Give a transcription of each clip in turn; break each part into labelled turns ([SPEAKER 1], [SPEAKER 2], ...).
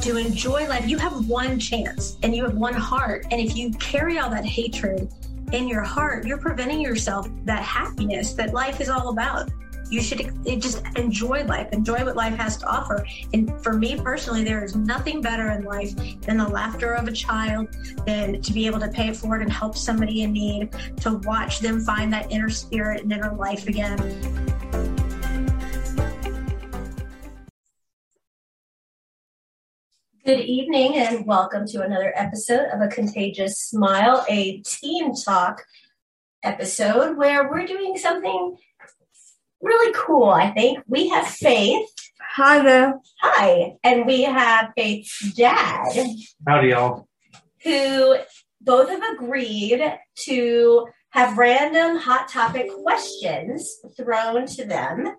[SPEAKER 1] to enjoy life. You have one chance and you have one heart. And if you carry all that hatred in your heart, you're preventing yourself that happiness that life is all about. You should e-, just enjoy life, enjoy what life has to offer. And for me personally, there is nothing better in life than the laughter of a child, than to be able to pay it forward and help somebody in need, to watch them find that inner spirit and inner life again.
[SPEAKER 2] Good evening, and welcome to another episode of A Contagious Smile, a team talk episode where we're doing something really cool, I think. We have Faith.
[SPEAKER 3] Hi there.
[SPEAKER 2] Hi. And we have Faith's dad,
[SPEAKER 4] Howdy, y'all.
[SPEAKER 2] who both have agreed to have random hot topic questions thrown to them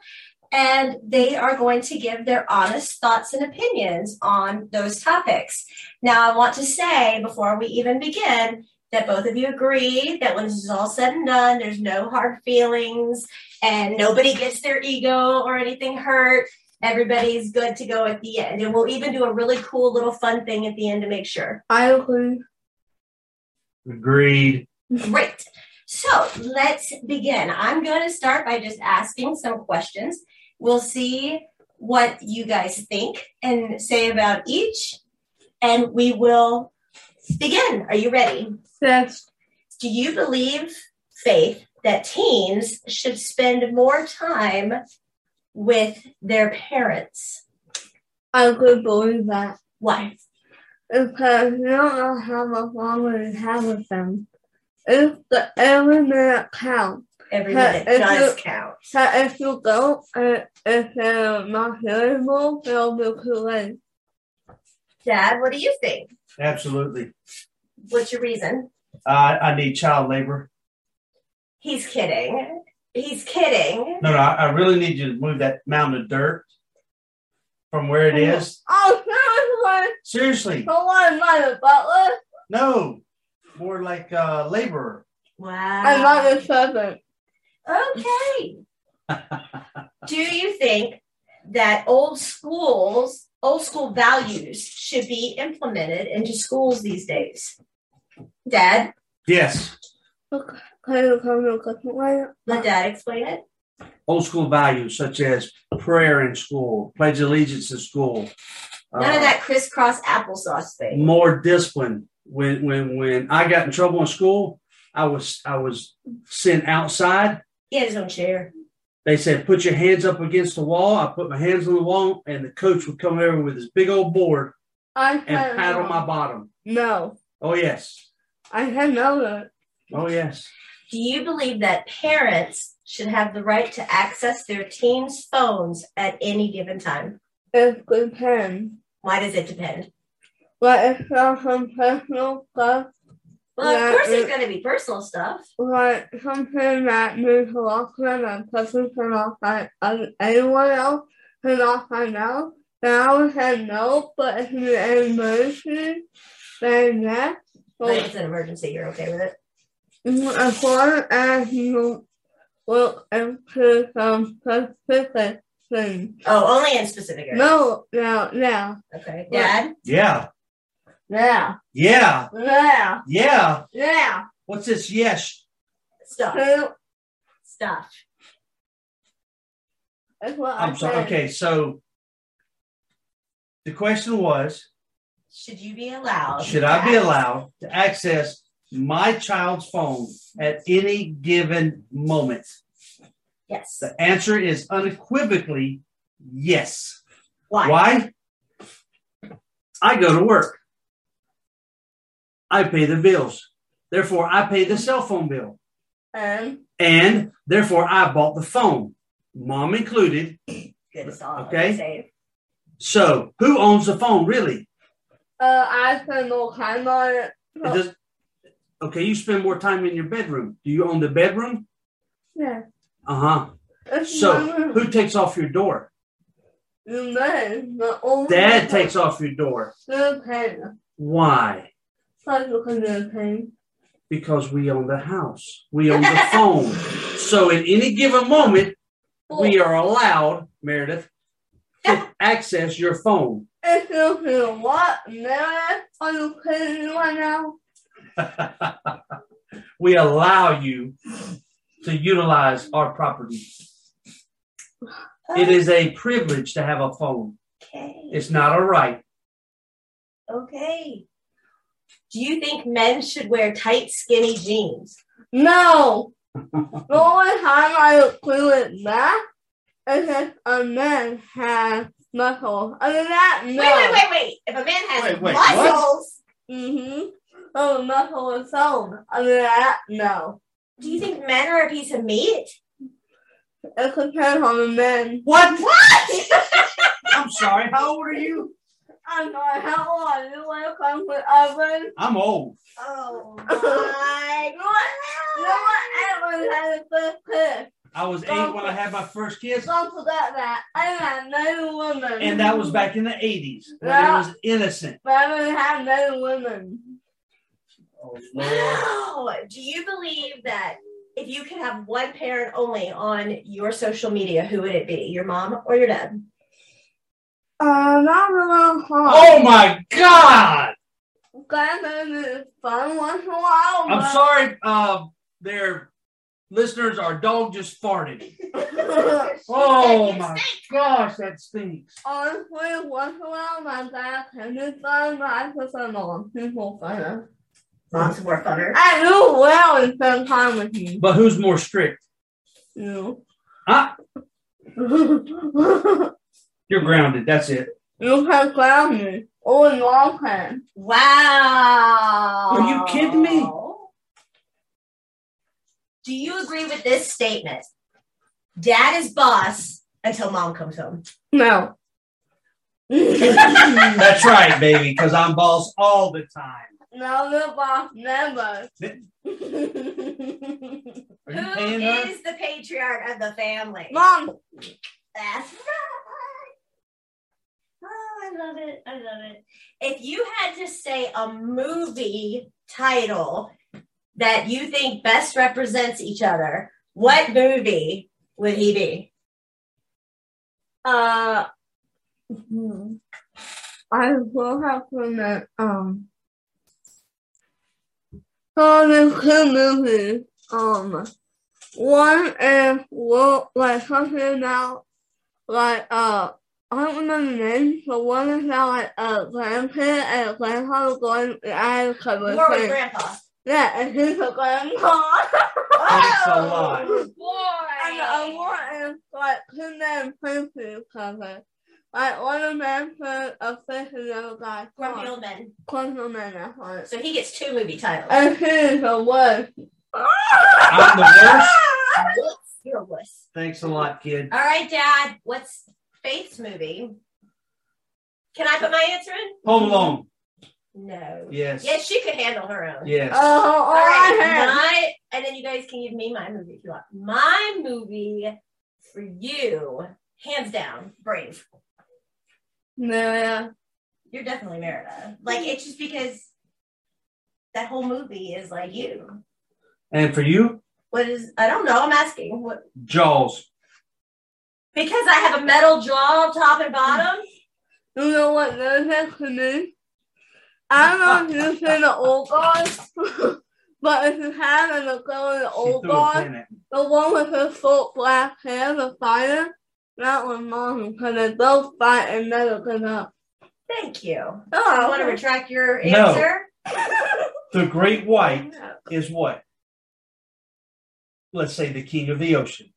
[SPEAKER 2] and they are going to give their honest thoughts and opinions on those topics. Now, I want to say before we even begin that both of you agree that when this is all said and done, there's no hard feelings and nobody gets their ego or anything hurt. Everybody's good to go at the end. And we'll even do a really cool little fun thing at the end to make sure.
[SPEAKER 3] I agree.
[SPEAKER 4] Agreed.
[SPEAKER 2] Great. So let's begin. I'm going to start by just asking some questions. We'll see what you guys think and say about each, and we will begin. Are you ready?
[SPEAKER 3] Yes.
[SPEAKER 2] Do you believe, Faith, that teens should spend more time with their parents?
[SPEAKER 3] I could believe that
[SPEAKER 2] Why?
[SPEAKER 3] because you don't know how much longer you have with them. If the every minute counts.
[SPEAKER 2] Every
[SPEAKER 3] Uh,
[SPEAKER 2] minute
[SPEAKER 3] if
[SPEAKER 2] does
[SPEAKER 3] you-
[SPEAKER 2] count.
[SPEAKER 3] So if you don't, uh, if they're not hearable, they'll be too late.
[SPEAKER 2] Dad, what do you think?
[SPEAKER 4] Absolutely.
[SPEAKER 2] What's your reason?
[SPEAKER 4] I, I need child labor.
[SPEAKER 2] He's kidding. He's kidding.
[SPEAKER 4] No, no, I, I really need you to move that mound of dirt from where it is.
[SPEAKER 3] Oh, seriously?
[SPEAKER 4] Seriously.
[SPEAKER 3] But what am I, the butler?
[SPEAKER 4] No. More like uh, laborer.
[SPEAKER 2] Wow.
[SPEAKER 3] I'm not the servant.
[SPEAKER 2] Okay. Do you think that old schools, old school values should be implemented into schools these days? Dad,
[SPEAKER 4] Yes.
[SPEAKER 3] Okay, Can you come to a different way?
[SPEAKER 2] let dad explain it.
[SPEAKER 4] Old school values such as prayer in school, pledge allegiance in school.
[SPEAKER 2] None
[SPEAKER 4] uh,
[SPEAKER 2] of that crisscross applesauce thing.
[SPEAKER 4] more discipline. When when when I got in trouble in school, I was I was sent outside
[SPEAKER 2] He had his own chair.
[SPEAKER 4] they said, put your hands up against the wall. I put my hands on the wall, and the coach would come over with his big old board
[SPEAKER 3] I
[SPEAKER 4] and
[SPEAKER 3] said
[SPEAKER 4] pat
[SPEAKER 3] no.
[SPEAKER 4] on my bottom.
[SPEAKER 3] No.
[SPEAKER 4] Oh, yes.
[SPEAKER 3] I said no. to it.
[SPEAKER 4] Oh, yes.
[SPEAKER 2] Do you believe that parents should have the right to access their teens' phones at any given time?
[SPEAKER 3] If we can.
[SPEAKER 2] Why does it depend?
[SPEAKER 3] But if there's some personal stuff,
[SPEAKER 2] Well,
[SPEAKER 3] Yeah,
[SPEAKER 2] of course, there's
[SPEAKER 3] it-
[SPEAKER 2] going to be personal stuff.
[SPEAKER 3] like something that moves along and person cannot find other- anyone else cannot find out, then I would say no, but if it's an emergency, then yes.
[SPEAKER 2] But if
[SPEAKER 3] But
[SPEAKER 2] it's an emergency, you're okay with it.
[SPEAKER 3] as long as you look into some specific thing.
[SPEAKER 2] Oh, only in specific areas.
[SPEAKER 3] No, no, no,
[SPEAKER 2] Okay.
[SPEAKER 3] Yeah.
[SPEAKER 2] Dad?
[SPEAKER 4] Yeah.
[SPEAKER 3] no,
[SPEAKER 4] Yeah.
[SPEAKER 3] no,
[SPEAKER 4] Yeah.
[SPEAKER 3] no.
[SPEAKER 4] What's this? Yes.
[SPEAKER 2] Stuff.
[SPEAKER 3] So,
[SPEAKER 2] Stuff.
[SPEAKER 3] that's what I
[SPEAKER 4] I'm sorry.
[SPEAKER 3] said.
[SPEAKER 4] Okay. So the question was
[SPEAKER 2] Should you be allowed?
[SPEAKER 4] Should I be allowed to access my child's phone at any given moment?
[SPEAKER 2] Yes.
[SPEAKER 4] The answer is unequivocally yes.
[SPEAKER 2] Why?
[SPEAKER 4] Why? I go to work. I pay the bills. Therefore, I pay the cell phone bill.
[SPEAKER 3] And
[SPEAKER 4] And therefore, I bought the phone, mom included.
[SPEAKER 2] Good song.
[SPEAKER 4] Okay.
[SPEAKER 2] Safe.
[SPEAKER 4] So, who owns the phone really?
[SPEAKER 3] uh, I spend no time on it.
[SPEAKER 4] It does- okay, you spend more time in your bedroom. Do you own the bedroom?
[SPEAKER 3] Yeah.
[SPEAKER 4] Uh huh.
[SPEAKER 3] It's
[SPEAKER 4] So,
[SPEAKER 3] my room.
[SPEAKER 4] who takes off your door?
[SPEAKER 3] You may, but only
[SPEAKER 4] Dad takes off your door.
[SPEAKER 3] the pain.
[SPEAKER 4] Why?
[SPEAKER 3] Such a good pain.
[SPEAKER 4] Because we own the house, we own the phone. So, at any given moment, we are allowed, Meredith, to access your phone.
[SPEAKER 3] It's looking what man are you kidding right now?
[SPEAKER 4] we allow you to utilize our property. It is a privilege to have a phone.
[SPEAKER 2] Okay.
[SPEAKER 4] It's not a right.
[SPEAKER 2] Okay. Do you think men should wear tight, skinny jeans?
[SPEAKER 3] No. the only time I agree with that is if a man has muscles. Other than that, no.
[SPEAKER 2] Wait, wait, wait, wait. If a man has
[SPEAKER 5] Wait, wait, what?
[SPEAKER 2] muscles,
[SPEAKER 3] Mm-hmm. Oh, muscle is sold. Other than that, no.
[SPEAKER 2] do you think men are a piece of meat?
[SPEAKER 3] It depends on the man.
[SPEAKER 4] What? I'm sorry. How old are you?
[SPEAKER 3] I'm sorry, how long you want to come with oven?
[SPEAKER 5] I'm old.
[SPEAKER 2] Oh my
[SPEAKER 3] No
[SPEAKER 2] god.
[SPEAKER 3] one ever had a first kiss.
[SPEAKER 4] I was eight when I had my first kids,
[SPEAKER 2] Oh.
[SPEAKER 3] Don't forget that. I'm a no woman.
[SPEAKER 4] and that was back in the 80s when it was innocent.
[SPEAKER 3] But I don't have no women.
[SPEAKER 4] Oh, Lord.
[SPEAKER 2] Wow. Do you believe that if you could have one parent only on your social media, who would it be? Your mom or your dad?
[SPEAKER 3] Uh, not really hard.
[SPEAKER 4] Oh, my God.
[SPEAKER 3] Grandma is fun once in a while.
[SPEAKER 4] I'm sorry. Uh, their listeners, our dog just farted.
[SPEAKER 3] sorry.
[SPEAKER 4] Oh, my gosh. That stinks.
[SPEAKER 3] Honestly, once in a while, my dad can be fun, but I put some on people fun.
[SPEAKER 2] Lots of work on her.
[SPEAKER 3] I do well and spend time with you.
[SPEAKER 4] But who's more strict?
[SPEAKER 3] You.
[SPEAKER 4] Huh?
[SPEAKER 3] you
[SPEAKER 4] You're grounded. That's it.
[SPEAKER 3] can ground me. Or in long hand.
[SPEAKER 2] Wow.
[SPEAKER 4] Are you kidding me?
[SPEAKER 2] Do you agree with this statement? Dad is boss until mom comes home.
[SPEAKER 3] No.
[SPEAKER 4] That's right, baby, because I'm boss all the time.
[SPEAKER 3] No, the boss never.
[SPEAKER 4] Are
[SPEAKER 2] Who
[SPEAKER 4] you
[SPEAKER 2] is
[SPEAKER 4] paying her?
[SPEAKER 2] the patriarch of the family?
[SPEAKER 3] Mom,
[SPEAKER 2] That's right. Oh, I love it. I love it. If you had to say a movie title that you think best represents each other, what movie would he be?
[SPEAKER 3] uh, I will have to admit, um, so there's two movies. Um, one is well, like something about like uh, I don't remember the name, but one is about like a grandparent and a grandfather going out of cover.
[SPEAKER 2] War with Grandpa.
[SPEAKER 3] Yeah, and he's a grandpa.
[SPEAKER 4] Thanks
[SPEAKER 2] Oh!
[SPEAKER 4] a lot.
[SPEAKER 3] And I want to like put them places cover. Like one of them put a fish and another guy
[SPEAKER 2] Grumpy
[SPEAKER 3] called
[SPEAKER 2] old men.
[SPEAKER 3] Quantum Man at heart.
[SPEAKER 2] So he gets two movie titles.
[SPEAKER 3] And here's the worst.
[SPEAKER 4] I'm the worst.
[SPEAKER 2] Wuss. You're a wuss.
[SPEAKER 4] Thanks a lot, kid.
[SPEAKER 2] All right, Dad. What's Faith's movie? Can I put my answer in?
[SPEAKER 4] Home Alone.
[SPEAKER 2] No.
[SPEAKER 4] Yes.
[SPEAKER 2] Yeah, she could handle her own.
[SPEAKER 4] Yes.
[SPEAKER 3] Oh, all
[SPEAKER 2] All right,
[SPEAKER 3] right.
[SPEAKER 2] my and then you guys can give me my movie if you want. My movie for you, hands down, Brave.
[SPEAKER 3] Yeah.
[SPEAKER 2] You're definitely Merida. Like it's just because that whole movie is like you.
[SPEAKER 4] and for you,
[SPEAKER 2] What is? I don't know. I'm asking. What?
[SPEAKER 4] Jaws.
[SPEAKER 2] Because I have a metal jaw, top and bottom.
[SPEAKER 3] You know what those are to me? I don't know if you've seen the old guys, but if you haven't, the girl in the
[SPEAKER 4] She
[SPEAKER 3] old
[SPEAKER 4] threw a
[SPEAKER 3] guys,
[SPEAKER 4] pin at me.
[SPEAKER 3] The one with the short black hair, the fire. That one, mom, because they both fight and never get up.
[SPEAKER 2] Thank you.
[SPEAKER 3] Oh,
[SPEAKER 2] I want to retract your
[SPEAKER 4] No.
[SPEAKER 2] answer.
[SPEAKER 4] The Great White is what? Let's say the king of the ocean.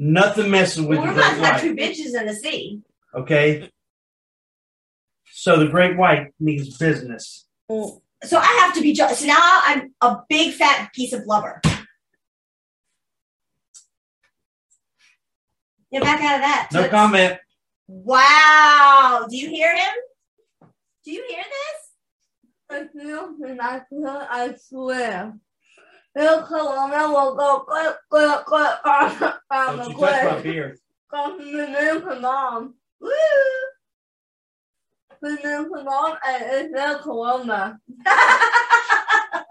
[SPEAKER 4] Nothing messing with the
[SPEAKER 2] We're about
[SPEAKER 4] Great
[SPEAKER 2] to have
[SPEAKER 4] White.
[SPEAKER 2] two bitches in the sea.
[SPEAKER 4] Okay. So the Great White means business.
[SPEAKER 3] Oh.
[SPEAKER 2] So I have to be just. So now I'm a big fat piece of blubber. Get back out of that.
[SPEAKER 4] No
[SPEAKER 2] toots.
[SPEAKER 4] comment.
[SPEAKER 2] Wow. Do you hear him? Do you hear this?
[SPEAKER 3] If you do not do it, I swear. They'll come on and we'll go click, click, click, click, click,
[SPEAKER 4] Don't you touch my
[SPEAKER 3] click, click.
[SPEAKER 4] beard.
[SPEAKER 3] Come to the name for mom.
[SPEAKER 2] Woo.
[SPEAKER 3] The name for mom, and it's their corona.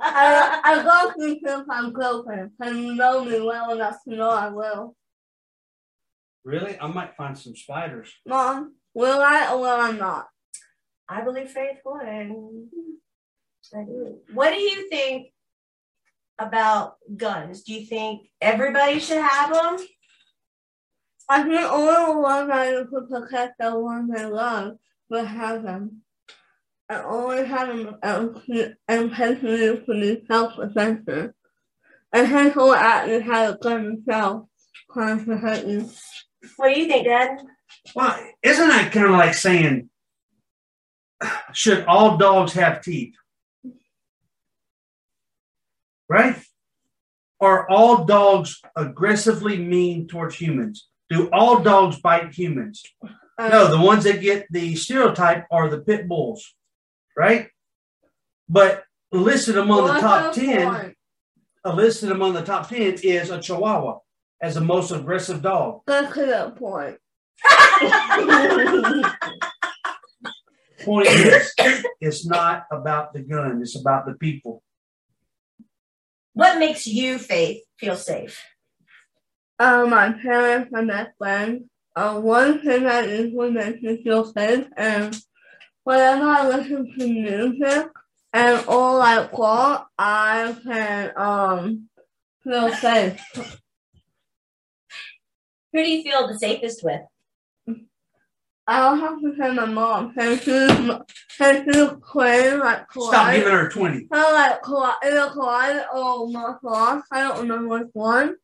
[SPEAKER 3] I, I go to see my girlfriend, er and you know me well enough to know I will.
[SPEAKER 4] Really? I might find some spiders.
[SPEAKER 3] er Mom, will I or will I not?
[SPEAKER 2] I believe Faith would. I do. What do you think about guns? Do you think everybody should have them?
[SPEAKER 3] I think only the ones that could protect the ones I love will have them. I only have them out and personally for the self defense. And hence all actors have a gun themselves trying to hurt you.
[SPEAKER 2] What do you think, Dad?
[SPEAKER 4] Well, isn't that kind of like saying, should all dogs have teeth? Right? Are all dogs aggressively mean towards humans? Do all dogs bite humans?
[SPEAKER 3] Um,
[SPEAKER 4] No, the ones that get the stereotype are the pit bulls, right? But listed among the
[SPEAKER 3] one
[SPEAKER 4] top
[SPEAKER 3] of
[SPEAKER 4] 10,
[SPEAKER 3] one.
[SPEAKER 4] uh, listed among the top 10 is a chihuahua as the most aggressive dog.
[SPEAKER 3] That's to the point.
[SPEAKER 4] Point is, it's not about the gun, it's about the people.
[SPEAKER 2] what makes you, Faith, feel safe?
[SPEAKER 3] Uh, my parents and my friends. Uh, one thing that usually makes me feel safe and whenever I listen to music and all I want, I can um feel safe.
[SPEAKER 2] Who do you feel the safest with?
[SPEAKER 3] I'll have to say my mom. Hey, she's, hey, she's queen, like Kawhi.
[SPEAKER 4] Stop giving her 20.
[SPEAKER 3] I like Kawhi, either Kawhi or Mark Ross. I don't remember which one.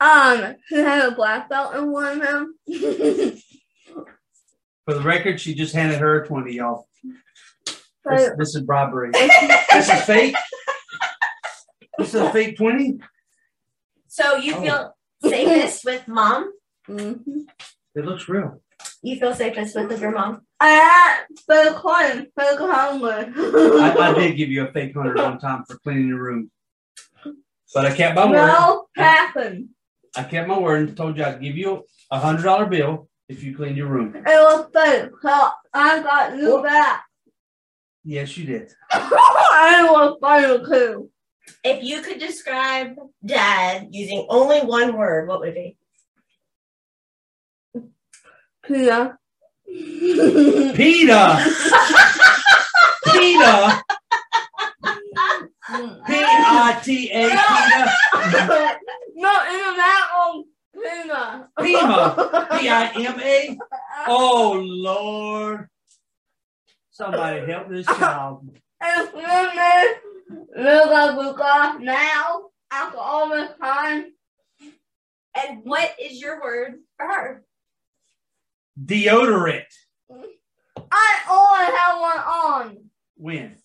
[SPEAKER 3] Um, she had a black belt in one of them.
[SPEAKER 4] For the record, she just handed her a 20, y'all. This,
[SPEAKER 3] but,
[SPEAKER 4] this is bribery. this is fake. This is a fake 20.
[SPEAKER 2] So you feel safest with mom?
[SPEAKER 3] Mhm.
[SPEAKER 4] It looks real.
[SPEAKER 2] You feel safest with your mom?
[SPEAKER 3] I but Kawhi, but Kawhi.
[SPEAKER 4] I, I did give you a fake 100 one time for cleaning your room. But I kept my word.
[SPEAKER 3] No, happened.
[SPEAKER 4] I kept my word and told you I'd give you a $100 bill if you cleaned your room.
[SPEAKER 3] It was fake. So I got you back.
[SPEAKER 4] Yes, you did.
[SPEAKER 3] I was funny too.
[SPEAKER 2] If you could describe dad using only one word, what would it be?
[SPEAKER 3] Tia.
[SPEAKER 4] PETA! PETA! P-I-T-A, PETA!
[SPEAKER 3] no, in that one, Pima.
[SPEAKER 4] Pima. P-I-M-A? Oh, Lord. Somebody help this child.
[SPEAKER 3] If women look at Luca now, after all this time,
[SPEAKER 2] And what is your word for her?
[SPEAKER 4] Deodorant.
[SPEAKER 3] I always have one on.
[SPEAKER 4] When?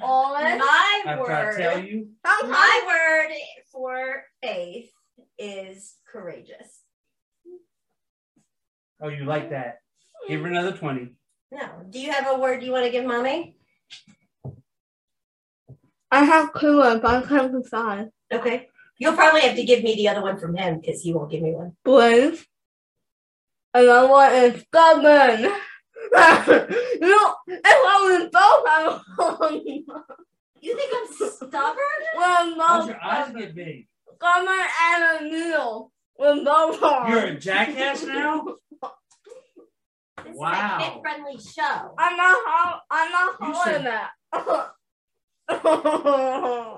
[SPEAKER 3] Always.
[SPEAKER 2] My
[SPEAKER 4] After I tell
[SPEAKER 2] word,
[SPEAKER 4] you?
[SPEAKER 3] Sometimes
[SPEAKER 2] my word for faith is courageous.
[SPEAKER 4] Oh, you like that. Give her another 20.
[SPEAKER 2] No. Do you have a word you want to give mommy?
[SPEAKER 3] I have two ones, but I can't decide.
[SPEAKER 2] Okay. You'll probably have to give me the other one from him because he won't give me one.
[SPEAKER 3] Brave. Another one is stubborn. no, if I was both, I would.
[SPEAKER 2] You think I'm stubborn?
[SPEAKER 3] Well,
[SPEAKER 4] How's
[SPEAKER 3] no,
[SPEAKER 4] your eyes get big?
[SPEAKER 3] stubborn and a needle. When both are.
[SPEAKER 4] You're a jackass now?
[SPEAKER 2] This
[SPEAKER 4] Wow.
[SPEAKER 2] is a kid-friendly show.
[SPEAKER 3] I'm not ho- I'm not
[SPEAKER 4] You
[SPEAKER 3] holding that.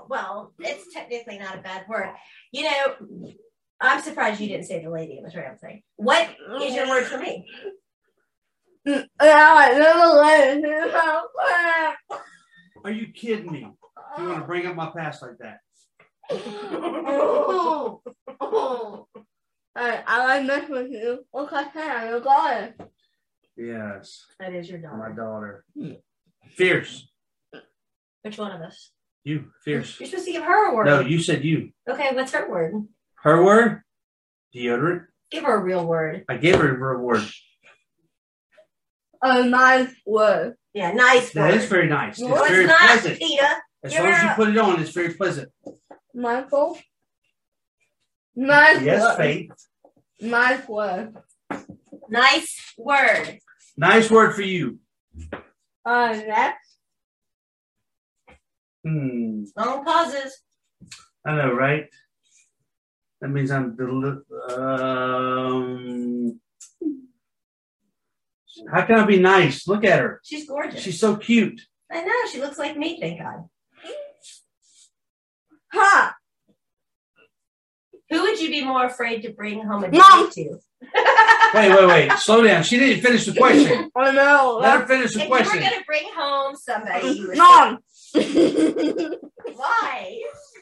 [SPEAKER 2] Well, it's technically not a bad word. You know, I'm surprised you didn't say the lady in the tram thing. What is your word for me?
[SPEAKER 3] now I never let it happen.
[SPEAKER 4] Are you kidding me? You want to bring up my past like that?
[SPEAKER 3] Alright, I like mess with you. Look I can, you're going.
[SPEAKER 4] Yes,
[SPEAKER 2] That is your
[SPEAKER 4] my
[SPEAKER 2] dog.
[SPEAKER 4] daughter. Fierce.
[SPEAKER 2] Which one of us?
[SPEAKER 4] You, fierce.
[SPEAKER 2] You're supposed to give her a word.
[SPEAKER 4] No, you said you.
[SPEAKER 2] Okay, what's her word?
[SPEAKER 4] Her word? Deodorant.
[SPEAKER 2] Give her a real word.
[SPEAKER 4] I gave her a word.
[SPEAKER 3] A Oh, nice word.
[SPEAKER 2] Yeah, nice word.
[SPEAKER 4] That is very nice. It's
[SPEAKER 2] No, it's
[SPEAKER 4] very
[SPEAKER 2] not,
[SPEAKER 4] pleasant.
[SPEAKER 2] Peter.
[SPEAKER 4] As long as you
[SPEAKER 2] Yeah.
[SPEAKER 4] put it on, it's very pleasant.
[SPEAKER 3] Michael. Nice
[SPEAKER 4] Yes,
[SPEAKER 3] word.
[SPEAKER 4] Faith.
[SPEAKER 3] Nice word.
[SPEAKER 2] Nice word.
[SPEAKER 4] Nice word for you.
[SPEAKER 3] Uh next.
[SPEAKER 4] Hmm.
[SPEAKER 2] Long pauses.
[SPEAKER 4] I know, right? That means I'm deli- um How can I be nice? Look at her.
[SPEAKER 2] She's gorgeous.
[SPEAKER 4] She's so cute.
[SPEAKER 2] I know. She looks like me. Thank God.
[SPEAKER 3] Ha!
[SPEAKER 2] Who would you be more afraid to bring home a
[SPEAKER 3] Mom.
[SPEAKER 2] date to?
[SPEAKER 4] Wait, wait, wait. Slow down. She didn't finish the question.
[SPEAKER 3] I know.
[SPEAKER 4] Let her finish the
[SPEAKER 2] If you were
[SPEAKER 4] question.
[SPEAKER 2] going to bring home somebody, you would
[SPEAKER 3] Mom!
[SPEAKER 2] Why?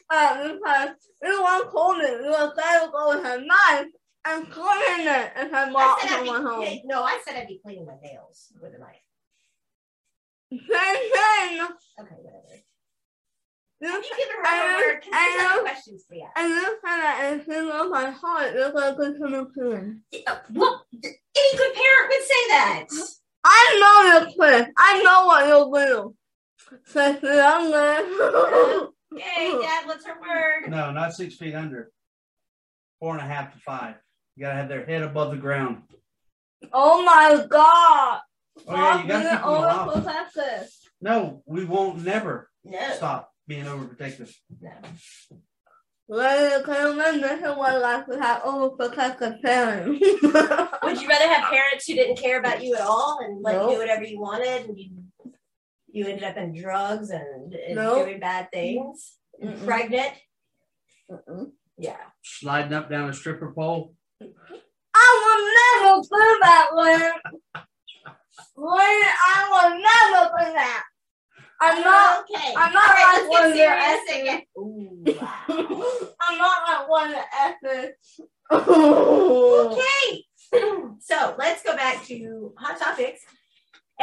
[SPEAKER 3] Uh, 呃，如果口里如果再如果我很慢 I'm cleaning it and I walk
[SPEAKER 2] I said I'd be,
[SPEAKER 3] someone home.
[SPEAKER 2] No, I said I'd be cleaning my nails with a knife.
[SPEAKER 3] Same thing.
[SPEAKER 2] Okay, whatever.
[SPEAKER 3] You
[SPEAKER 2] You give her
[SPEAKER 3] I
[SPEAKER 2] her
[SPEAKER 3] know-
[SPEAKER 2] word because
[SPEAKER 3] I
[SPEAKER 2] there's other
[SPEAKER 3] know.
[SPEAKER 2] questions for you.
[SPEAKER 3] and this kind of is in my heart. Look like a human being.
[SPEAKER 2] Uh, Well, th- any good parent would say that.
[SPEAKER 3] I know your plan. I know what you'll do. Says the young man.
[SPEAKER 2] Hey, Dad, what's her word?
[SPEAKER 4] No, not six feet under. Four and a half to five. You gotta have their head above the ground.
[SPEAKER 3] oh my god!
[SPEAKER 4] Oh yeah, you gotta keep them
[SPEAKER 3] over
[SPEAKER 4] alive.
[SPEAKER 3] protected.
[SPEAKER 4] No, we won't never
[SPEAKER 2] No.
[SPEAKER 4] stop being overprotective.
[SPEAKER 2] no.
[SPEAKER 3] Ladies and gentlemen, this is what life we have overprotected parents.
[SPEAKER 2] Would you rather have parents who didn't care about you at all and let you
[SPEAKER 3] Nope.
[SPEAKER 2] do whatever you wanted and you, you ended up in drugs and, and
[SPEAKER 3] Nope.
[SPEAKER 2] doing bad things? and
[SPEAKER 3] Mm-mm.
[SPEAKER 2] Pregnant?
[SPEAKER 3] Mm-mm.
[SPEAKER 2] Yeah.
[SPEAKER 4] Sliding up down a stripper pole.
[SPEAKER 3] I will never do that, Lynn. Lynn, I will never do that. I'm not.
[SPEAKER 2] okay.
[SPEAKER 3] I'm not
[SPEAKER 2] All
[SPEAKER 3] like one
[SPEAKER 2] let's get
[SPEAKER 3] that
[SPEAKER 2] serious again. Ooh, wow.
[SPEAKER 3] I'm not like one that effing.
[SPEAKER 2] Oh. Okay. so let's go back to hot topics.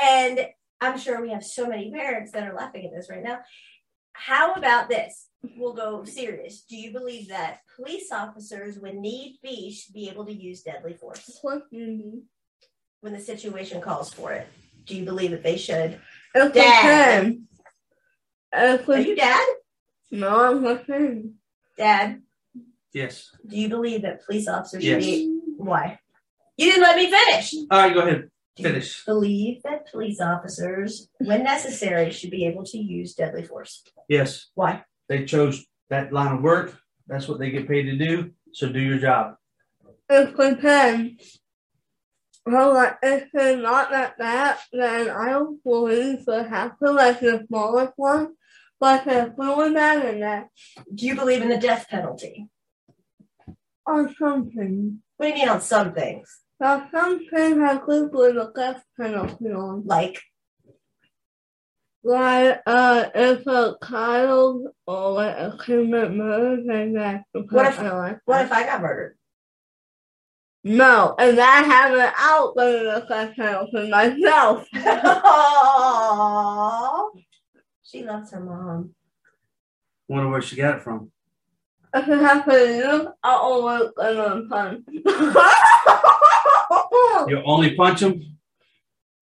[SPEAKER 2] And I'm sure we have so many parents that are laughing at this right now. How about this? We'll go serious. Do you believe that police officers, when need be, should be able to use deadly force when the situation calls for it? Do you believe that they should?
[SPEAKER 3] If we
[SPEAKER 2] Dad.
[SPEAKER 3] can. If
[SPEAKER 2] Are
[SPEAKER 3] we
[SPEAKER 2] you dad?
[SPEAKER 3] no, I'm not saying.
[SPEAKER 2] Dad,
[SPEAKER 4] Yes.
[SPEAKER 2] do you believe that police officers should
[SPEAKER 4] Yes.
[SPEAKER 2] be? Why? You didn't let me finish.
[SPEAKER 4] All right, go ahead.
[SPEAKER 2] Do you
[SPEAKER 4] Finish.
[SPEAKER 2] believe that police officers, when necessary, should be able to use deadly force.
[SPEAKER 4] Yes.
[SPEAKER 2] Why?
[SPEAKER 4] They chose that line of work. That's what they get paid to do. So do your job.
[SPEAKER 3] If we can. Well, like, if they're not like that, then I don't believe we have to like the smallest one. But if we were mad at that
[SPEAKER 2] Do you believe in the death penalty?
[SPEAKER 3] or something,
[SPEAKER 2] What do you mean on some things?
[SPEAKER 3] Now, sometimes I could put a death penalty on.
[SPEAKER 2] Like,
[SPEAKER 3] Like, uh, if a child or like, a commit murder, then that's the
[SPEAKER 2] What if-
[SPEAKER 3] penalty like
[SPEAKER 2] what
[SPEAKER 3] that.
[SPEAKER 2] if I got murdered?
[SPEAKER 3] No, and I haven't out been a death penalty myself.
[SPEAKER 2] Aww. she loves her mom.
[SPEAKER 4] Wonder where she got it from.
[SPEAKER 3] If it happened to you, I always gonna punch.
[SPEAKER 4] You only punch them.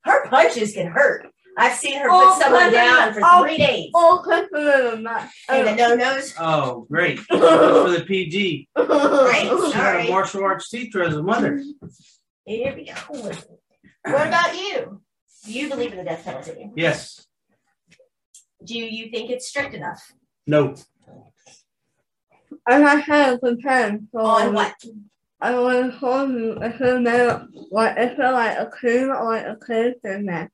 [SPEAKER 2] Her punches can hurt. I've seen her
[SPEAKER 3] Oh,
[SPEAKER 2] put someone
[SPEAKER 3] punches-
[SPEAKER 2] down for
[SPEAKER 3] oh,
[SPEAKER 2] three days.
[SPEAKER 3] All clips in the
[SPEAKER 2] And the no nos.
[SPEAKER 4] Oh, great. That's for the PG. She
[SPEAKER 3] Right.
[SPEAKER 4] had
[SPEAKER 2] Sorry.
[SPEAKER 4] a martial arts teacher as a mother.
[SPEAKER 2] Here we go. What about you? Do you believe in the death penalty?
[SPEAKER 4] Yes.
[SPEAKER 2] Do you think it's strict enough?
[SPEAKER 4] No.
[SPEAKER 3] And I had a pen. So
[SPEAKER 2] On what?
[SPEAKER 3] I want to call you if it meant like if it like a cream or like a cream in there.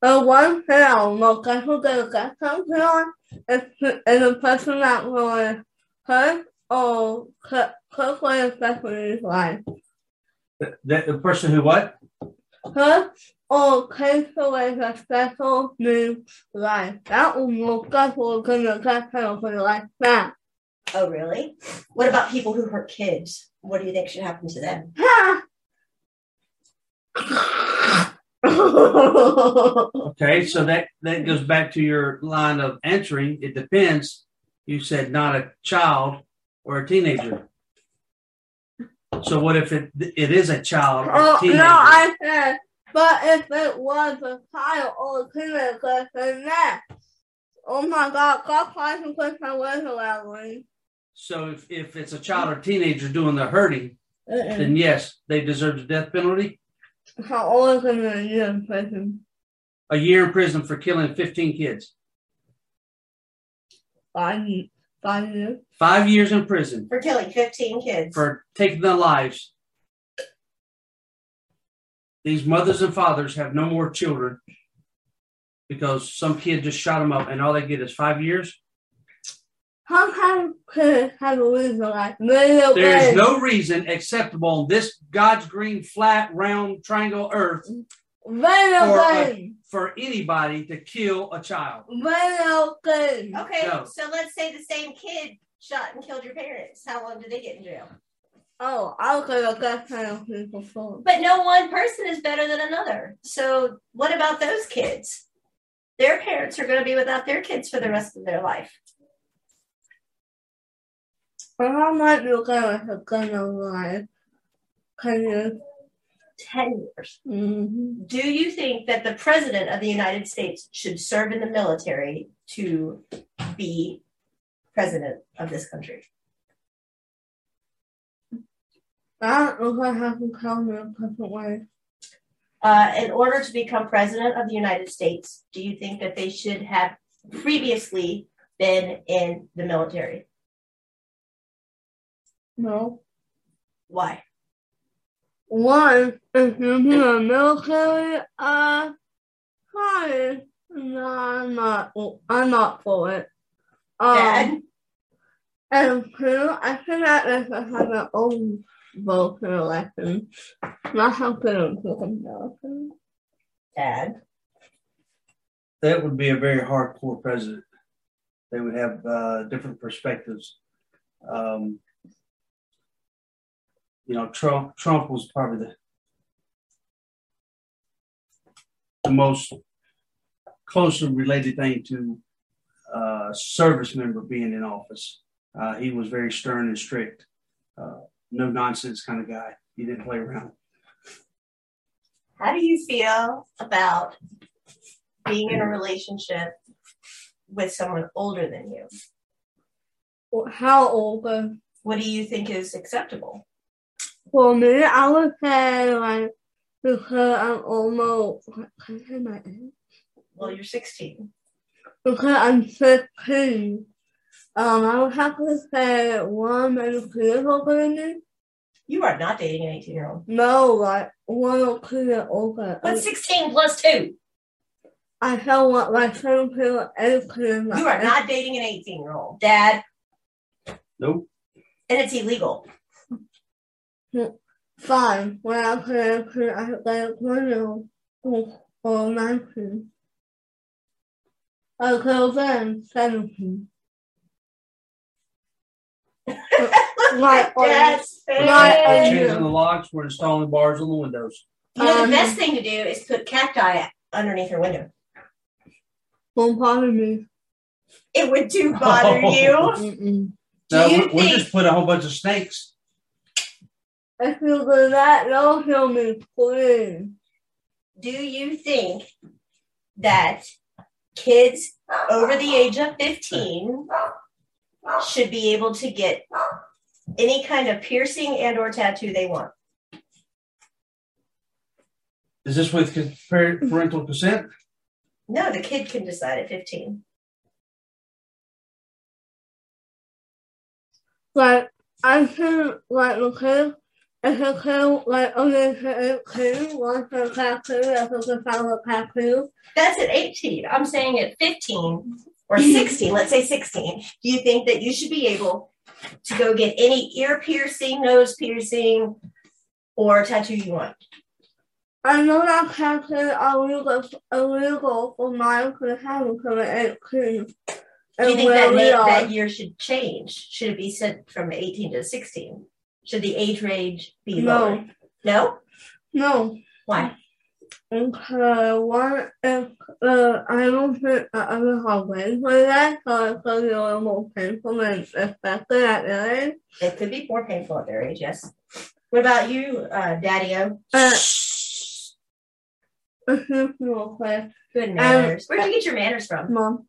[SPEAKER 3] But one thing I'll look at who gonna get something on is is a person that really hurt or cook cook with especially his life.
[SPEAKER 4] The, the, the person who what?
[SPEAKER 3] Hurt or take away the special new life. That will look at who's gonna get something like that.
[SPEAKER 2] Oh, really? What about people who hurt kids? What do you think should happen to them?
[SPEAKER 3] Ha!
[SPEAKER 4] Okay, so that that goes back to your line of answering. It depends. You said not a child or a teenager. So what if it it is a child or a
[SPEAKER 3] Oh
[SPEAKER 4] teenager?
[SPEAKER 3] no, I said, but if it was a oh, child or a teenager, then that. Oh my God, God Christ and Christ, I was allowing.
[SPEAKER 4] so if, if it's a child or teenager doing the hurting,
[SPEAKER 3] Uh-uh.
[SPEAKER 4] then yes, they deserve the death penalty.
[SPEAKER 3] How old is it you in prison?
[SPEAKER 4] A year in prison for killing 15 kids.
[SPEAKER 3] Five, ye- five years.
[SPEAKER 4] Five years in prison
[SPEAKER 2] For killing 15 kids.
[SPEAKER 4] for taking their lives. These mothers and fathers have no more children because some kid just shot them up and all they get is five years.
[SPEAKER 3] How come could have a loser like no
[SPEAKER 4] There
[SPEAKER 3] way?
[SPEAKER 4] is no reason acceptable on this God's green, flat, round, triangle earth
[SPEAKER 3] Run
[SPEAKER 4] Or, uh,
[SPEAKER 3] away!
[SPEAKER 4] for anybody to kill a child.
[SPEAKER 3] Run away!
[SPEAKER 2] Okay,
[SPEAKER 4] No.
[SPEAKER 2] so let's say the same kid shot and killed your parents. How long do they get in jail?
[SPEAKER 3] Oh, I'll go to that kind of people phone.
[SPEAKER 2] But no one person is better than another. So what about those kids? Their parents are going to be without their kids for the rest of their life.
[SPEAKER 3] But how much you gonna have gun alive? Can you?
[SPEAKER 2] 10 years.
[SPEAKER 3] Mm-hmm.
[SPEAKER 2] Do you think that the president of the United States should serve in the military to be president of this country?
[SPEAKER 3] That is what happened to me a perfect way.
[SPEAKER 2] Uh, in order to become president of the United States, do you think that they should have previously been in the military?
[SPEAKER 3] No.
[SPEAKER 2] Why?
[SPEAKER 3] One, if you be a military, uh, sorry. No, I'm not, I'm not for it. Um,
[SPEAKER 2] Dad?
[SPEAKER 3] And two, I think that they should have their own voter election. Not help them to American.
[SPEAKER 2] Dad?
[SPEAKER 4] That would be a very hardcore president. They would have uh, different perspectives. Um, you know, Trump. Trump was probably the the most closely related thing to uh, service member being in office. Uh, he was very stern and strict, uh, no nonsense kind of guy. He didn't play around.
[SPEAKER 2] How do you feel about being in a relationship with someone older than you?
[SPEAKER 3] How old was
[SPEAKER 2] What do you think is acceptable?
[SPEAKER 3] For me, I would say like because I'm almost what can I say my age?
[SPEAKER 2] Well, you're 16.
[SPEAKER 3] Because I'm fifteen. Um, I would have to say one maybe two years older than me.
[SPEAKER 2] You are not dating an 18 year old.
[SPEAKER 3] No, like one or two years older.
[SPEAKER 2] What's 16 plus 2?
[SPEAKER 3] I feel what like some people educated
[SPEAKER 2] You are not dating an 18 year old, Dad,
[SPEAKER 4] Nope.
[SPEAKER 2] and it's illegal.
[SPEAKER 3] fine. When I could educate I could get one year old or- or nineteen. I could have been seventeen. Like,
[SPEAKER 2] Dad's
[SPEAKER 3] Right,
[SPEAKER 4] We're
[SPEAKER 3] and-
[SPEAKER 4] changing the locks. We're installing bars on the windows.
[SPEAKER 2] You know,
[SPEAKER 3] Um,
[SPEAKER 2] the best thing to do is put cacti underneath your window.
[SPEAKER 3] Don't bother me.
[SPEAKER 2] It would do bother you.
[SPEAKER 3] Mm-mm.
[SPEAKER 2] Do
[SPEAKER 4] No,
[SPEAKER 2] you
[SPEAKER 4] we, we
[SPEAKER 2] think-
[SPEAKER 4] just put a whole bunch of snakes.
[SPEAKER 3] If you do that, don't kill me, please.
[SPEAKER 2] Do you think that kids over the age of 15 should be able to get any kind of piercing and or tattoo they want?
[SPEAKER 4] Is this with con- par- parental consent?
[SPEAKER 2] No, the kid can decide at 15.
[SPEAKER 3] Like, I think, like, the kid, if the kid, like, only to 18, wants a tattoo, if it's a solid tattoo,
[SPEAKER 2] That's at 18. I'm saying at 15 or 16, let's say 16. Do you think that you should be able to go get any ear piercing, nose piercing, or tattoo you want?
[SPEAKER 3] I know that tattoos are legal, illegal for mine to have until they 18.
[SPEAKER 2] Do you
[SPEAKER 3] And
[SPEAKER 2] think
[SPEAKER 3] where
[SPEAKER 2] that,
[SPEAKER 3] we
[SPEAKER 2] may, that
[SPEAKER 3] are,
[SPEAKER 2] year should change? Should it be sent from 18 to 16? Should the age range be
[SPEAKER 3] no,
[SPEAKER 2] lower? No?
[SPEAKER 3] no.
[SPEAKER 2] Why?
[SPEAKER 3] Okay, one if uh, I don't think that I will have waited for that, so it's going to be a little more painful than expected at the end.
[SPEAKER 2] It could be more painful at their age, yes. What about you, uh, Daddy O?
[SPEAKER 3] Uh, excuse me real quick,
[SPEAKER 2] Good manners. Where'd you get your manners from?
[SPEAKER 3] Mom.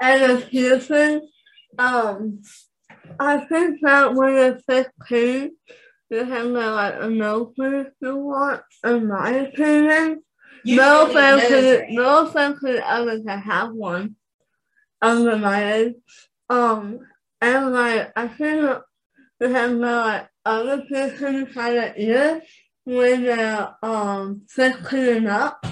[SPEAKER 3] And if you think, um, I think that when you're 15, you can get like a nose ring if you want, in my opinion.
[SPEAKER 2] You
[SPEAKER 3] no
[SPEAKER 2] should get a
[SPEAKER 3] offense
[SPEAKER 2] nose
[SPEAKER 3] to
[SPEAKER 2] ring.
[SPEAKER 3] no offense to the others that have one under my age. Um and like I think we have no like other person kind of ear when the um first cleaning up.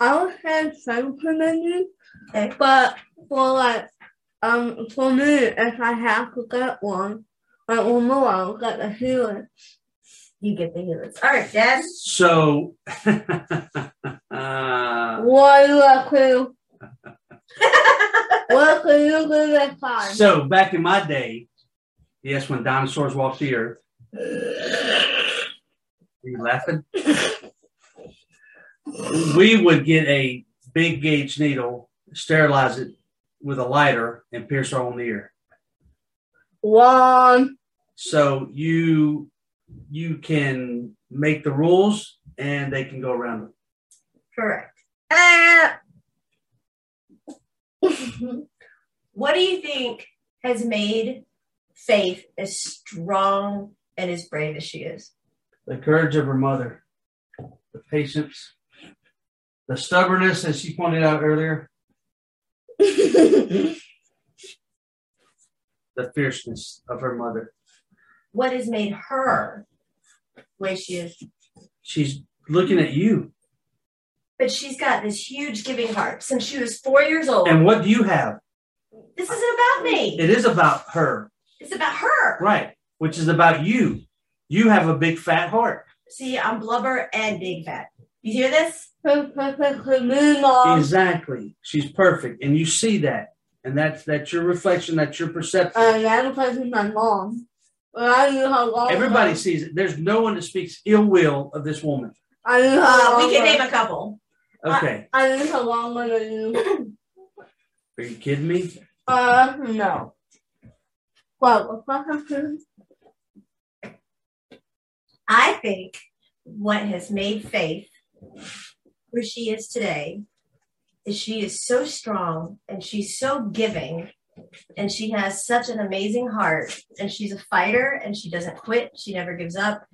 [SPEAKER 3] I would say supplemented,
[SPEAKER 2] Okay.
[SPEAKER 3] but for like um for me, if I have to get one, like one more, I'll get the healer.
[SPEAKER 2] You get the healers. All right, Dad.
[SPEAKER 4] So, uh,
[SPEAKER 3] What do I do? what can you do this time?
[SPEAKER 4] so back in my day, yes, when dinosaurs walked the earth, are you laughing? we would get a big gauge needle, sterilize it with a lighter, and pierce our own ear.
[SPEAKER 3] One,
[SPEAKER 4] So you you can make the rules and they can go around them.
[SPEAKER 2] Correct. Uh, what do you think has made Faith as strong and as brave as she is?
[SPEAKER 4] The courage of her mother, the patience, the stubbornness as she pointed out earlier, the fierceness of her mother.
[SPEAKER 2] What has made her the way she is?
[SPEAKER 4] She's looking at you.
[SPEAKER 2] But she's got this huge giving heart since she was four years old.
[SPEAKER 4] And what do you have?
[SPEAKER 2] this isn't about me.
[SPEAKER 4] It is about her,
[SPEAKER 2] It's about her.
[SPEAKER 4] right? Which is about you. You have a big fat heart.
[SPEAKER 2] See, I'm blubber and big fat. You hear this?
[SPEAKER 3] two perfect mom.
[SPEAKER 4] Exactly. She's perfect. And you see that. And that's that's your reflection, that's your perception.
[SPEAKER 3] And the other person, my mom. But I knew how long.
[SPEAKER 4] Everybody sees it. There's no one that speaks ill will of this woman.
[SPEAKER 3] I knew how
[SPEAKER 2] Uh,
[SPEAKER 3] long.
[SPEAKER 2] we can name a couple.
[SPEAKER 4] Okay.
[SPEAKER 3] I knew how long I knew.
[SPEAKER 4] Are you kidding me?
[SPEAKER 3] Uh, no. What? What happened?
[SPEAKER 2] I think what has made Faith where she is today is she is so strong and she's so giving and she has such an amazing heart and she's a fighter and she doesn't quit. She never gives up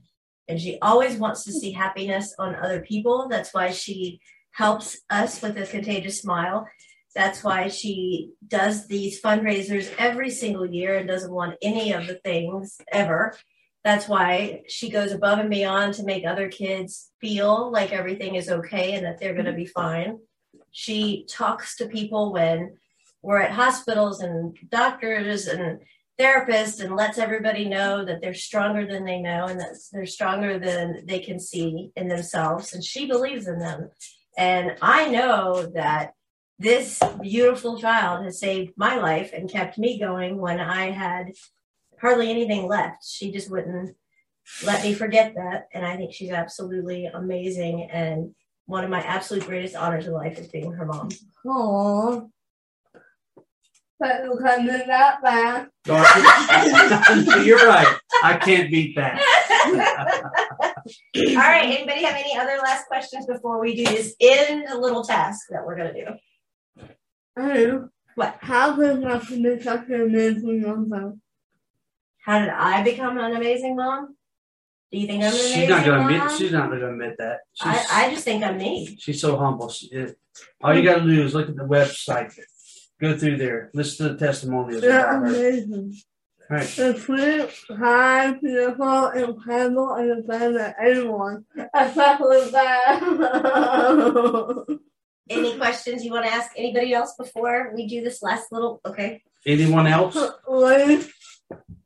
[SPEAKER 2] and she always wants to see happiness on other people. That's why she helps us with a contagious smile. That's why she does these fundraisers every single year and doesn't want any of the things ever that's why she goes above and beyond to make other kids feel like everything is okay and that they're going to be fine. She talks to people when we're at hospitals and doctors and therapists and lets everybody know that they're stronger than they know and that they're stronger than they can see in themselves. And she believes in them. And I know that this beautiful child has saved my life and kept me going when I had hardly anything left. She just wouldn't let me forget that. And I think she's absolutely amazing. And one of my absolute greatest honors in life is being her mom.
[SPEAKER 3] Oh. But you can do that back.
[SPEAKER 4] Dorothy, you're right. I can't beat that.
[SPEAKER 2] All right. Anybody have any other last questions before we do this end little task that we're going to do?
[SPEAKER 3] Oh.
[SPEAKER 2] What?
[SPEAKER 3] How does my connection make me number?
[SPEAKER 2] How did I become an amazing mom? Do you think I'm an amazing
[SPEAKER 4] She's not gonna
[SPEAKER 2] mom?
[SPEAKER 4] admit she's not gonna admit that. She's
[SPEAKER 2] I, I just think I'm me.
[SPEAKER 4] she's so humble. She is. All you gotta do is look at the website. Go through there. Listen to the testimonials.
[SPEAKER 3] They're
[SPEAKER 4] about her.
[SPEAKER 3] amazing.
[SPEAKER 4] All right.
[SPEAKER 3] The fruit, high, beautiful, incredible, and better than anyone. Especially that.
[SPEAKER 2] Any questions you want to ask anybody else before we do this last little? Okay.
[SPEAKER 4] Anyone else?
[SPEAKER 3] Like,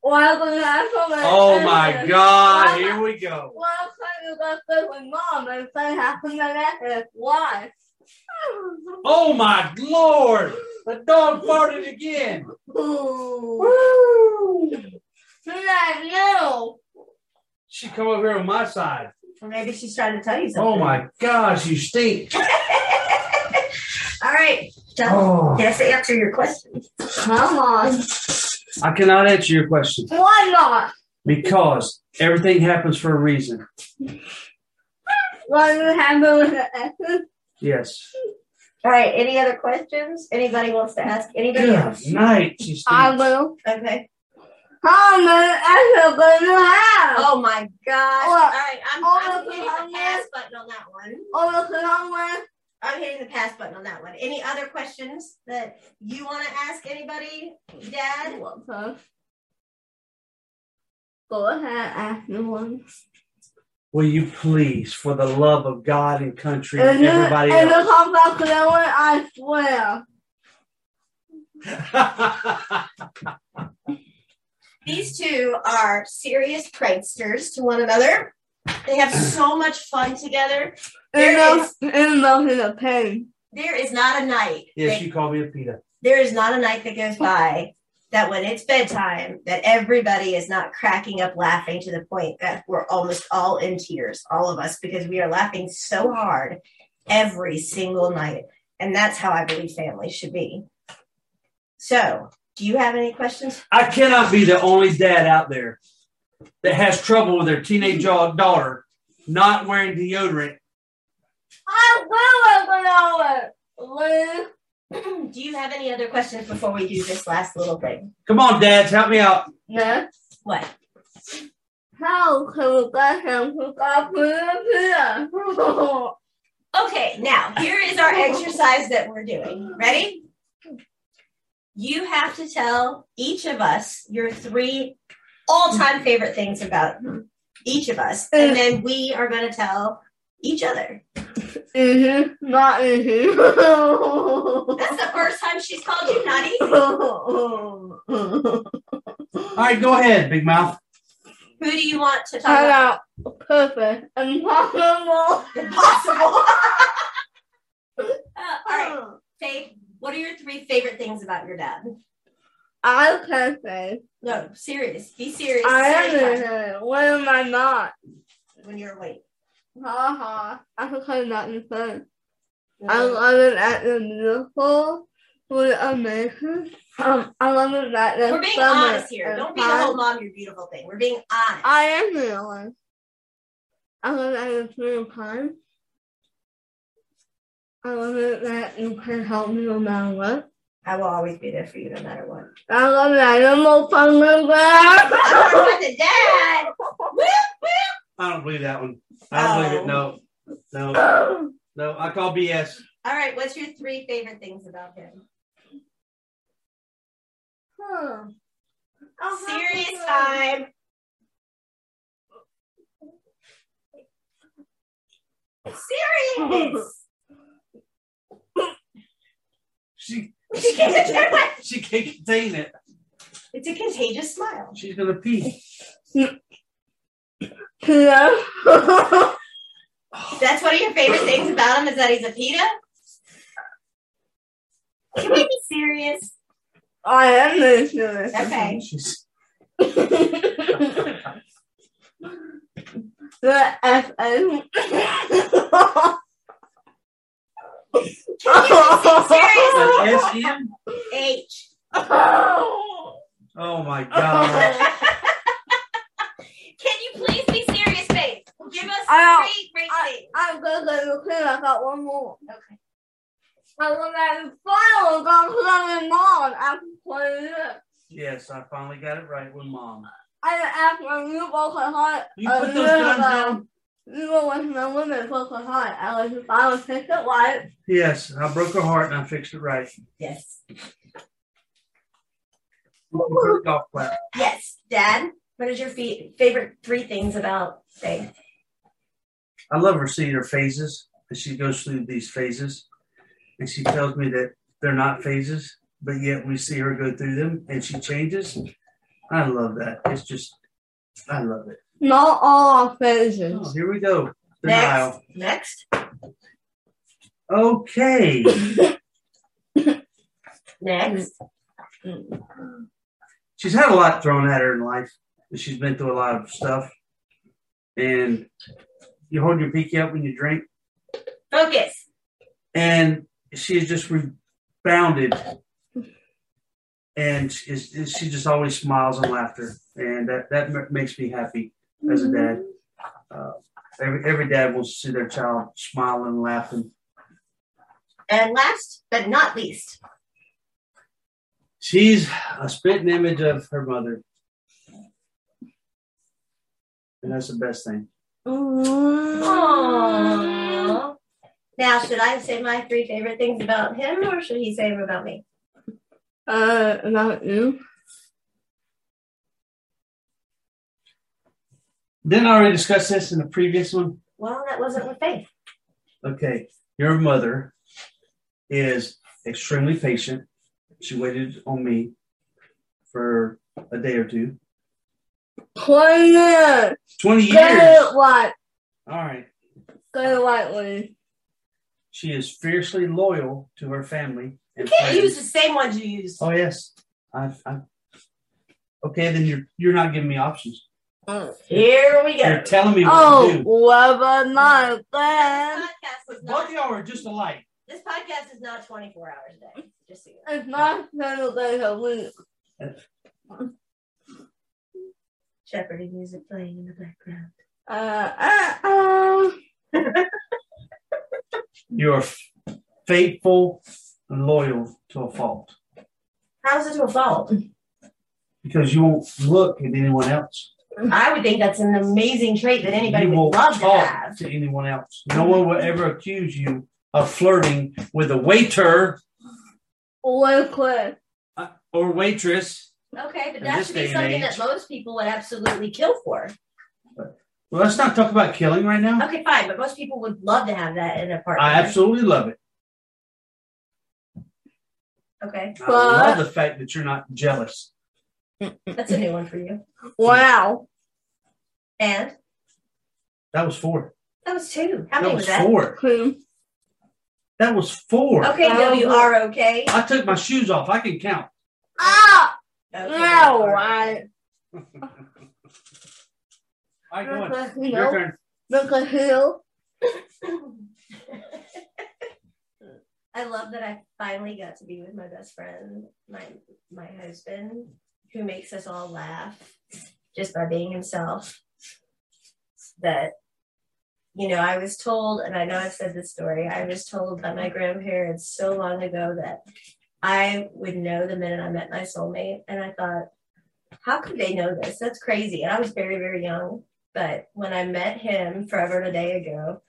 [SPEAKER 3] why would I have so many
[SPEAKER 4] Oh my
[SPEAKER 3] friends?
[SPEAKER 4] God! Here we go.
[SPEAKER 3] Why can't you go sit with mom and say happy to that is why?
[SPEAKER 4] Oh my Lord! The dog farted again.
[SPEAKER 3] Ooh.
[SPEAKER 2] Woo!
[SPEAKER 3] Not you.
[SPEAKER 4] She come over here on my side.
[SPEAKER 2] Or maybe she's trying to tell you something.
[SPEAKER 4] Oh my gosh, you stink.
[SPEAKER 2] All right. Done.
[SPEAKER 4] Oh,
[SPEAKER 2] Yes, to answer your question.
[SPEAKER 3] Come on.
[SPEAKER 4] I cannot answer your question
[SPEAKER 3] Why not?
[SPEAKER 4] because everything happens for a reason.
[SPEAKER 3] What you happen with the essence?
[SPEAKER 4] Yes.
[SPEAKER 2] All right. Any other questions? Anybody wants to ask anybody
[SPEAKER 4] Good
[SPEAKER 2] else?
[SPEAKER 4] night. She stinks.
[SPEAKER 3] I will.
[SPEAKER 2] Okay.
[SPEAKER 3] How many essence will you have?
[SPEAKER 2] Oh my gosh. All
[SPEAKER 3] Well,
[SPEAKER 2] right. I'm,
[SPEAKER 3] all
[SPEAKER 2] I'm
[SPEAKER 3] of
[SPEAKER 2] hitting
[SPEAKER 3] them.
[SPEAKER 2] the pass button on that one.
[SPEAKER 3] Oh, look at someone.
[SPEAKER 2] I'm hitting the pass button on that one. Any other questions that you want to ask anybody, Dad?
[SPEAKER 3] What the- Go ahead, ask me one.
[SPEAKER 4] Will you please, for the love of God and country
[SPEAKER 3] And
[SPEAKER 4] and
[SPEAKER 3] then,
[SPEAKER 4] everybody
[SPEAKER 3] and then
[SPEAKER 4] else?
[SPEAKER 3] come back to that one, I swear.
[SPEAKER 2] These two are serious pranksters to one another. They have so much fun together. There
[SPEAKER 3] And no,
[SPEAKER 2] is-
[SPEAKER 3] and no in the pain.
[SPEAKER 2] There is not a night.
[SPEAKER 4] yes,
[SPEAKER 2] that-
[SPEAKER 4] you call me a pita.
[SPEAKER 2] there is not a night that goes by that when it's bedtime that everybody is not cracking up laughing to the point that we're almost all in tears, all of us, because we are laughing so hard every single night. And that's how I believe family should be. So, do you have any questions?
[SPEAKER 4] I cannot be the only dad out there that has trouble with their teenage da- daughter not wearing deodorant.
[SPEAKER 3] I will it,
[SPEAKER 2] do you have any other questions before we do this last little thing?
[SPEAKER 4] Come on, dads, help me out.
[SPEAKER 3] Next,
[SPEAKER 2] What?
[SPEAKER 3] how can we get him to go to
[SPEAKER 2] Okay, now here is our exercise that we're doing. Ready? You have to tell each of us your three all time favorite things about each of us, and then we are going to tell each other.
[SPEAKER 3] the Is hmm not
[SPEAKER 2] That's the first time she's called you naughty.
[SPEAKER 3] easy?
[SPEAKER 4] All right, go ahead, big mouth.
[SPEAKER 2] Who do you want to talk
[SPEAKER 3] Shout
[SPEAKER 2] about?
[SPEAKER 3] out, perfect, impossible.
[SPEAKER 2] Impossible. Uh, all right, Faith, what are your three favorite things about your dad?
[SPEAKER 3] I can say,
[SPEAKER 2] No, serious. Be serious.
[SPEAKER 3] I am
[SPEAKER 2] serious
[SPEAKER 3] here. What am I not?
[SPEAKER 2] when you're awake.
[SPEAKER 3] Ha ha. I can not defend. I love it at the beautiful, really amazing. Um, I love it at the
[SPEAKER 2] We're being
[SPEAKER 3] summer
[SPEAKER 2] honest here.
[SPEAKER 3] and
[SPEAKER 2] Don't be the
[SPEAKER 3] fun.
[SPEAKER 2] whole mom, you're beautiful thing. We're being honest.
[SPEAKER 3] I am real. I love that it's real time. I love it that you can help me no matter what.
[SPEAKER 2] I will always be there for you no matter what.
[SPEAKER 3] I love that I'm no fun with that.
[SPEAKER 2] I'm with the dad. Woo, woo.
[SPEAKER 4] I don't believe that one. I don't believe it. No, no, no. I call BS.
[SPEAKER 2] All right, what's your three favorite things about him?
[SPEAKER 3] Huh. I'll have to
[SPEAKER 2] Serious
[SPEAKER 3] go.
[SPEAKER 2] time. Serious.
[SPEAKER 4] She
[SPEAKER 2] She can't do it.
[SPEAKER 4] she can't contain it.
[SPEAKER 2] It's a contagious smile.
[SPEAKER 4] She's gonna pee.
[SPEAKER 3] Yeah.
[SPEAKER 2] That's one of your favorite things about him is that he's a pita? Can we be serious?
[SPEAKER 3] I am listening.
[SPEAKER 2] Okay.
[SPEAKER 4] She's
[SPEAKER 3] The FM.
[SPEAKER 4] an
[SPEAKER 2] Seriously?
[SPEAKER 4] SM.
[SPEAKER 2] H.
[SPEAKER 4] Oh my god.
[SPEAKER 2] Can you please be serious, Faith? Give us
[SPEAKER 3] I-
[SPEAKER 2] three great
[SPEAKER 3] I-
[SPEAKER 2] things.
[SPEAKER 3] I'm good at the clean. I got one more.
[SPEAKER 2] Okay.
[SPEAKER 3] I love that the final got clean mom. I played it.
[SPEAKER 4] Yes, I finally got it right with mom.
[SPEAKER 3] I asked my new book heart.
[SPEAKER 4] You put those guns down.
[SPEAKER 3] You know what's my woman book heart? I was if I was picked up white.
[SPEAKER 4] Yes, I broke her heart and I fixed it right.
[SPEAKER 2] Yes.
[SPEAKER 4] Golf clap.
[SPEAKER 2] Yes. Dad, what is your fe- favorite three things about Faith?
[SPEAKER 4] I love her seeing her phases as she goes through these phases. And she tells me that they're not phases, but yet we see her go through them and she changes. I love that. It's just, I love it.
[SPEAKER 3] Not all our
[SPEAKER 4] Oh,
[SPEAKER 3] faces.
[SPEAKER 4] here we go.
[SPEAKER 2] Next.
[SPEAKER 4] Denial.
[SPEAKER 2] Next.
[SPEAKER 4] Okay.
[SPEAKER 2] Next.
[SPEAKER 4] She's had a lot thrown at her in life. and She's been through a lot of stuff. And you hold your pinky up when you drink.
[SPEAKER 2] Focus.
[SPEAKER 4] and she is just rebounded and she, is, is- she just always smiles and laughter and that, that m- makes me happy as a dad uh, every, every dad wants to see their child smiling and laughing
[SPEAKER 2] And last but not least.
[SPEAKER 4] she's a spitting image of her mother and that's the best thing
[SPEAKER 2] Aww. Now, should I say my three favorite things about him or should he say them about me?
[SPEAKER 3] Uh, not you.
[SPEAKER 4] Didn't I already discuss this in the previous one?
[SPEAKER 2] Well, that wasn't with faith.
[SPEAKER 4] Okay, your mother is extremely patient. She waited on me for a day or two.
[SPEAKER 3] Clean
[SPEAKER 4] 20
[SPEAKER 3] Get
[SPEAKER 4] years.
[SPEAKER 3] it light.
[SPEAKER 4] All right.
[SPEAKER 3] Get it lightly.
[SPEAKER 4] She is fiercely loyal to her family.
[SPEAKER 2] You
[SPEAKER 4] And
[SPEAKER 2] can't
[SPEAKER 4] friends.
[SPEAKER 2] use the same ones you used.
[SPEAKER 4] Oh, yes. I, I, okay, then you're, you're not giving me options.
[SPEAKER 3] Oh,
[SPEAKER 2] Here we go.
[SPEAKER 4] You're telling me what
[SPEAKER 2] Oh.
[SPEAKER 4] to do.
[SPEAKER 3] what my
[SPEAKER 2] This
[SPEAKER 3] friend?
[SPEAKER 2] podcast is
[SPEAKER 4] Both
[SPEAKER 2] not.
[SPEAKER 4] of y'all are just alike.
[SPEAKER 2] This podcast is not 24 hours a day. Just so you know.
[SPEAKER 3] It's not several days a week.
[SPEAKER 2] Jeopardy music playing in the background.
[SPEAKER 3] Uh, uh, uh,
[SPEAKER 4] You are f- faithful and loyal to a fault
[SPEAKER 2] How's it to a fault?
[SPEAKER 4] because you won't look at anyone else.
[SPEAKER 2] I would think that's an amazing trait that anybody
[SPEAKER 4] you
[SPEAKER 2] would
[SPEAKER 4] won't
[SPEAKER 2] love to
[SPEAKER 4] talk
[SPEAKER 2] have.
[SPEAKER 4] to anyone else. No one will ever accuse you of flirting with a waiter
[SPEAKER 3] real quick.
[SPEAKER 4] uh, or waitress.
[SPEAKER 2] Okay, but
[SPEAKER 4] In
[SPEAKER 2] that
[SPEAKER 4] this
[SPEAKER 2] should
[SPEAKER 4] day
[SPEAKER 2] be
[SPEAKER 4] and
[SPEAKER 2] something
[SPEAKER 4] age.
[SPEAKER 2] that most people would absolutely kill for.
[SPEAKER 4] Well, let's not talk about killing right now.
[SPEAKER 2] Okay, fine, but most people would love to have that in a partner.
[SPEAKER 4] I absolutely love it.
[SPEAKER 2] okay,
[SPEAKER 4] I love
[SPEAKER 2] uh,
[SPEAKER 4] the fact that you're not jealous.
[SPEAKER 2] that's a new one for you.
[SPEAKER 3] Wow.
[SPEAKER 2] And
[SPEAKER 4] That was four.
[SPEAKER 2] that was two. How
[SPEAKER 4] That
[SPEAKER 2] many
[SPEAKER 4] was
[SPEAKER 2] was that?
[SPEAKER 4] four.
[SPEAKER 3] Clean.
[SPEAKER 4] That was four.
[SPEAKER 2] Okay,
[SPEAKER 3] That
[SPEAKER 2] no,
[SPEAKER 3] was
[SPEAKER 2] you
[SPEAKER 3] four.
[SPEAKER 2] are okay.
[SPEAKER 4] I took my shoes off. I can count.
[SPEAKER 3] Ah!
[SPEAKER 2] Okay,
[SPEAKER 4] Oh,
[SPEAKER 3] No,
[SPEAKER 2] all right.
[SPEAKER 3] I.
[SPEAKER 4] All right, go on.
[SPEAKER 3] Because, you
[SPEAKER 4] Your
[SPEAKER 3] know,
[SPEAKER 4] turn.
[SPEAKER 3] because, you know,
[SPEAKER 2] I love that I finally got to be with my best friend, my my husband, who makes us all laugh just by being himself. That you know, I was told, and I know I've said this story, I was told by my grandparents so long ago that I would know the minute I met my soulmate. And I thought, how could they know this? That's crazy. And I was very, very young. But when I met him forever and a day ago,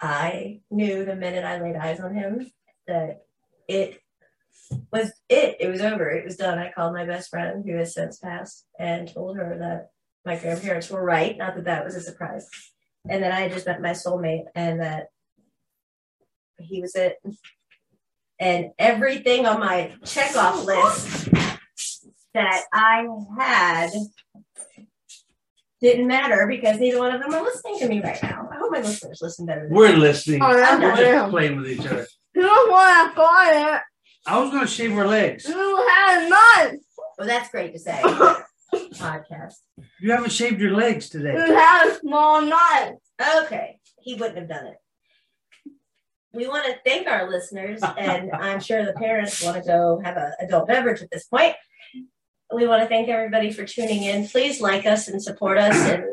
[SPEAKER 2] I knew the minute I laid eyes on him that it was it. It was over. It was done. I called my best friend, who has since passed, and told her that my grandparents were right. Not that that was a surprise, and that I had just met my soulmate, and that he was it. And everything on my checkoff list that I had didn't matter because neither one of them are listening to me right now. I hope my listeners listen better. Than
[SPEAKER 4] We're listening.
[SPEAKER 3] oh, that's
[SPEAKER 4] We're just
[SPEAKER 3] real.
[SPEAKER 4] playing with each other.
[SPEAKER 3] You know what? I got it.
[SPEAKER 4] I was going to shave her legs.
[SPEAKER 3] You had none.
[SPEAKER 2] Well, that's great to say. Podcast.
[SPEAKER 4] You haven't shaved your legs today.
[SPEAKER 3] You had a small knife.
[SPEAKER 2] Okay, he wouldn't have done it. We want to thank our listeners, and I'm sure the parents want to go have an adult beverage at this point. We want to thank everybody for tuning in. Please like us and support us, and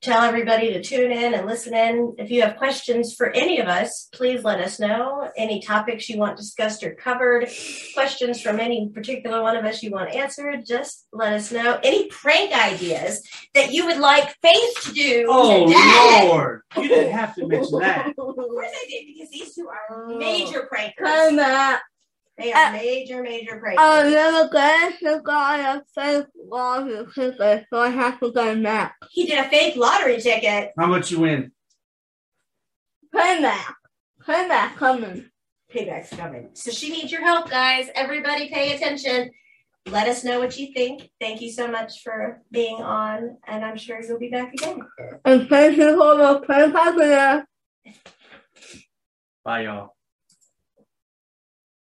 [SPEAKER 2] tell everybody to tune in and listen in. If you have questions for any of us, please let us know. Any topics you want discussed or covered, questions from any particular one of us you want answered, just let us know. Any prank ideas that you would like Faith to do? today.
[SPEAKER 4] Oh, Lord. You didn't have to mention that.
[SPEAKER 2] Of course I did because these two are
[SPEAKER 3] Oh.
[SPEAKER 2] major prankers.
[SPEAKER 3] Come back. Oh,
[SPEAKER 2] They are major, major
[SPEAKER 3] I
[SPEAKER 2] prankers.
[SPEAKER 3] never get to go on a fake walk and ticket, so I have to go back.
[SPEAKER 2] He did a fake lottery ticket.
[SPEAKER 4] How much you win?
[SPEAKER 3] Come back. Come back, coming.
[SPEAKER 2] Payback's coming. So she needs your help, guys. Everybody pay attention. Let us know what you think. Thank you so much for being on, and I'm sure you'll be back again.
[SPEAKER 3] And thank you for the paper there.
[SPEAKER 4] Bye, y'all.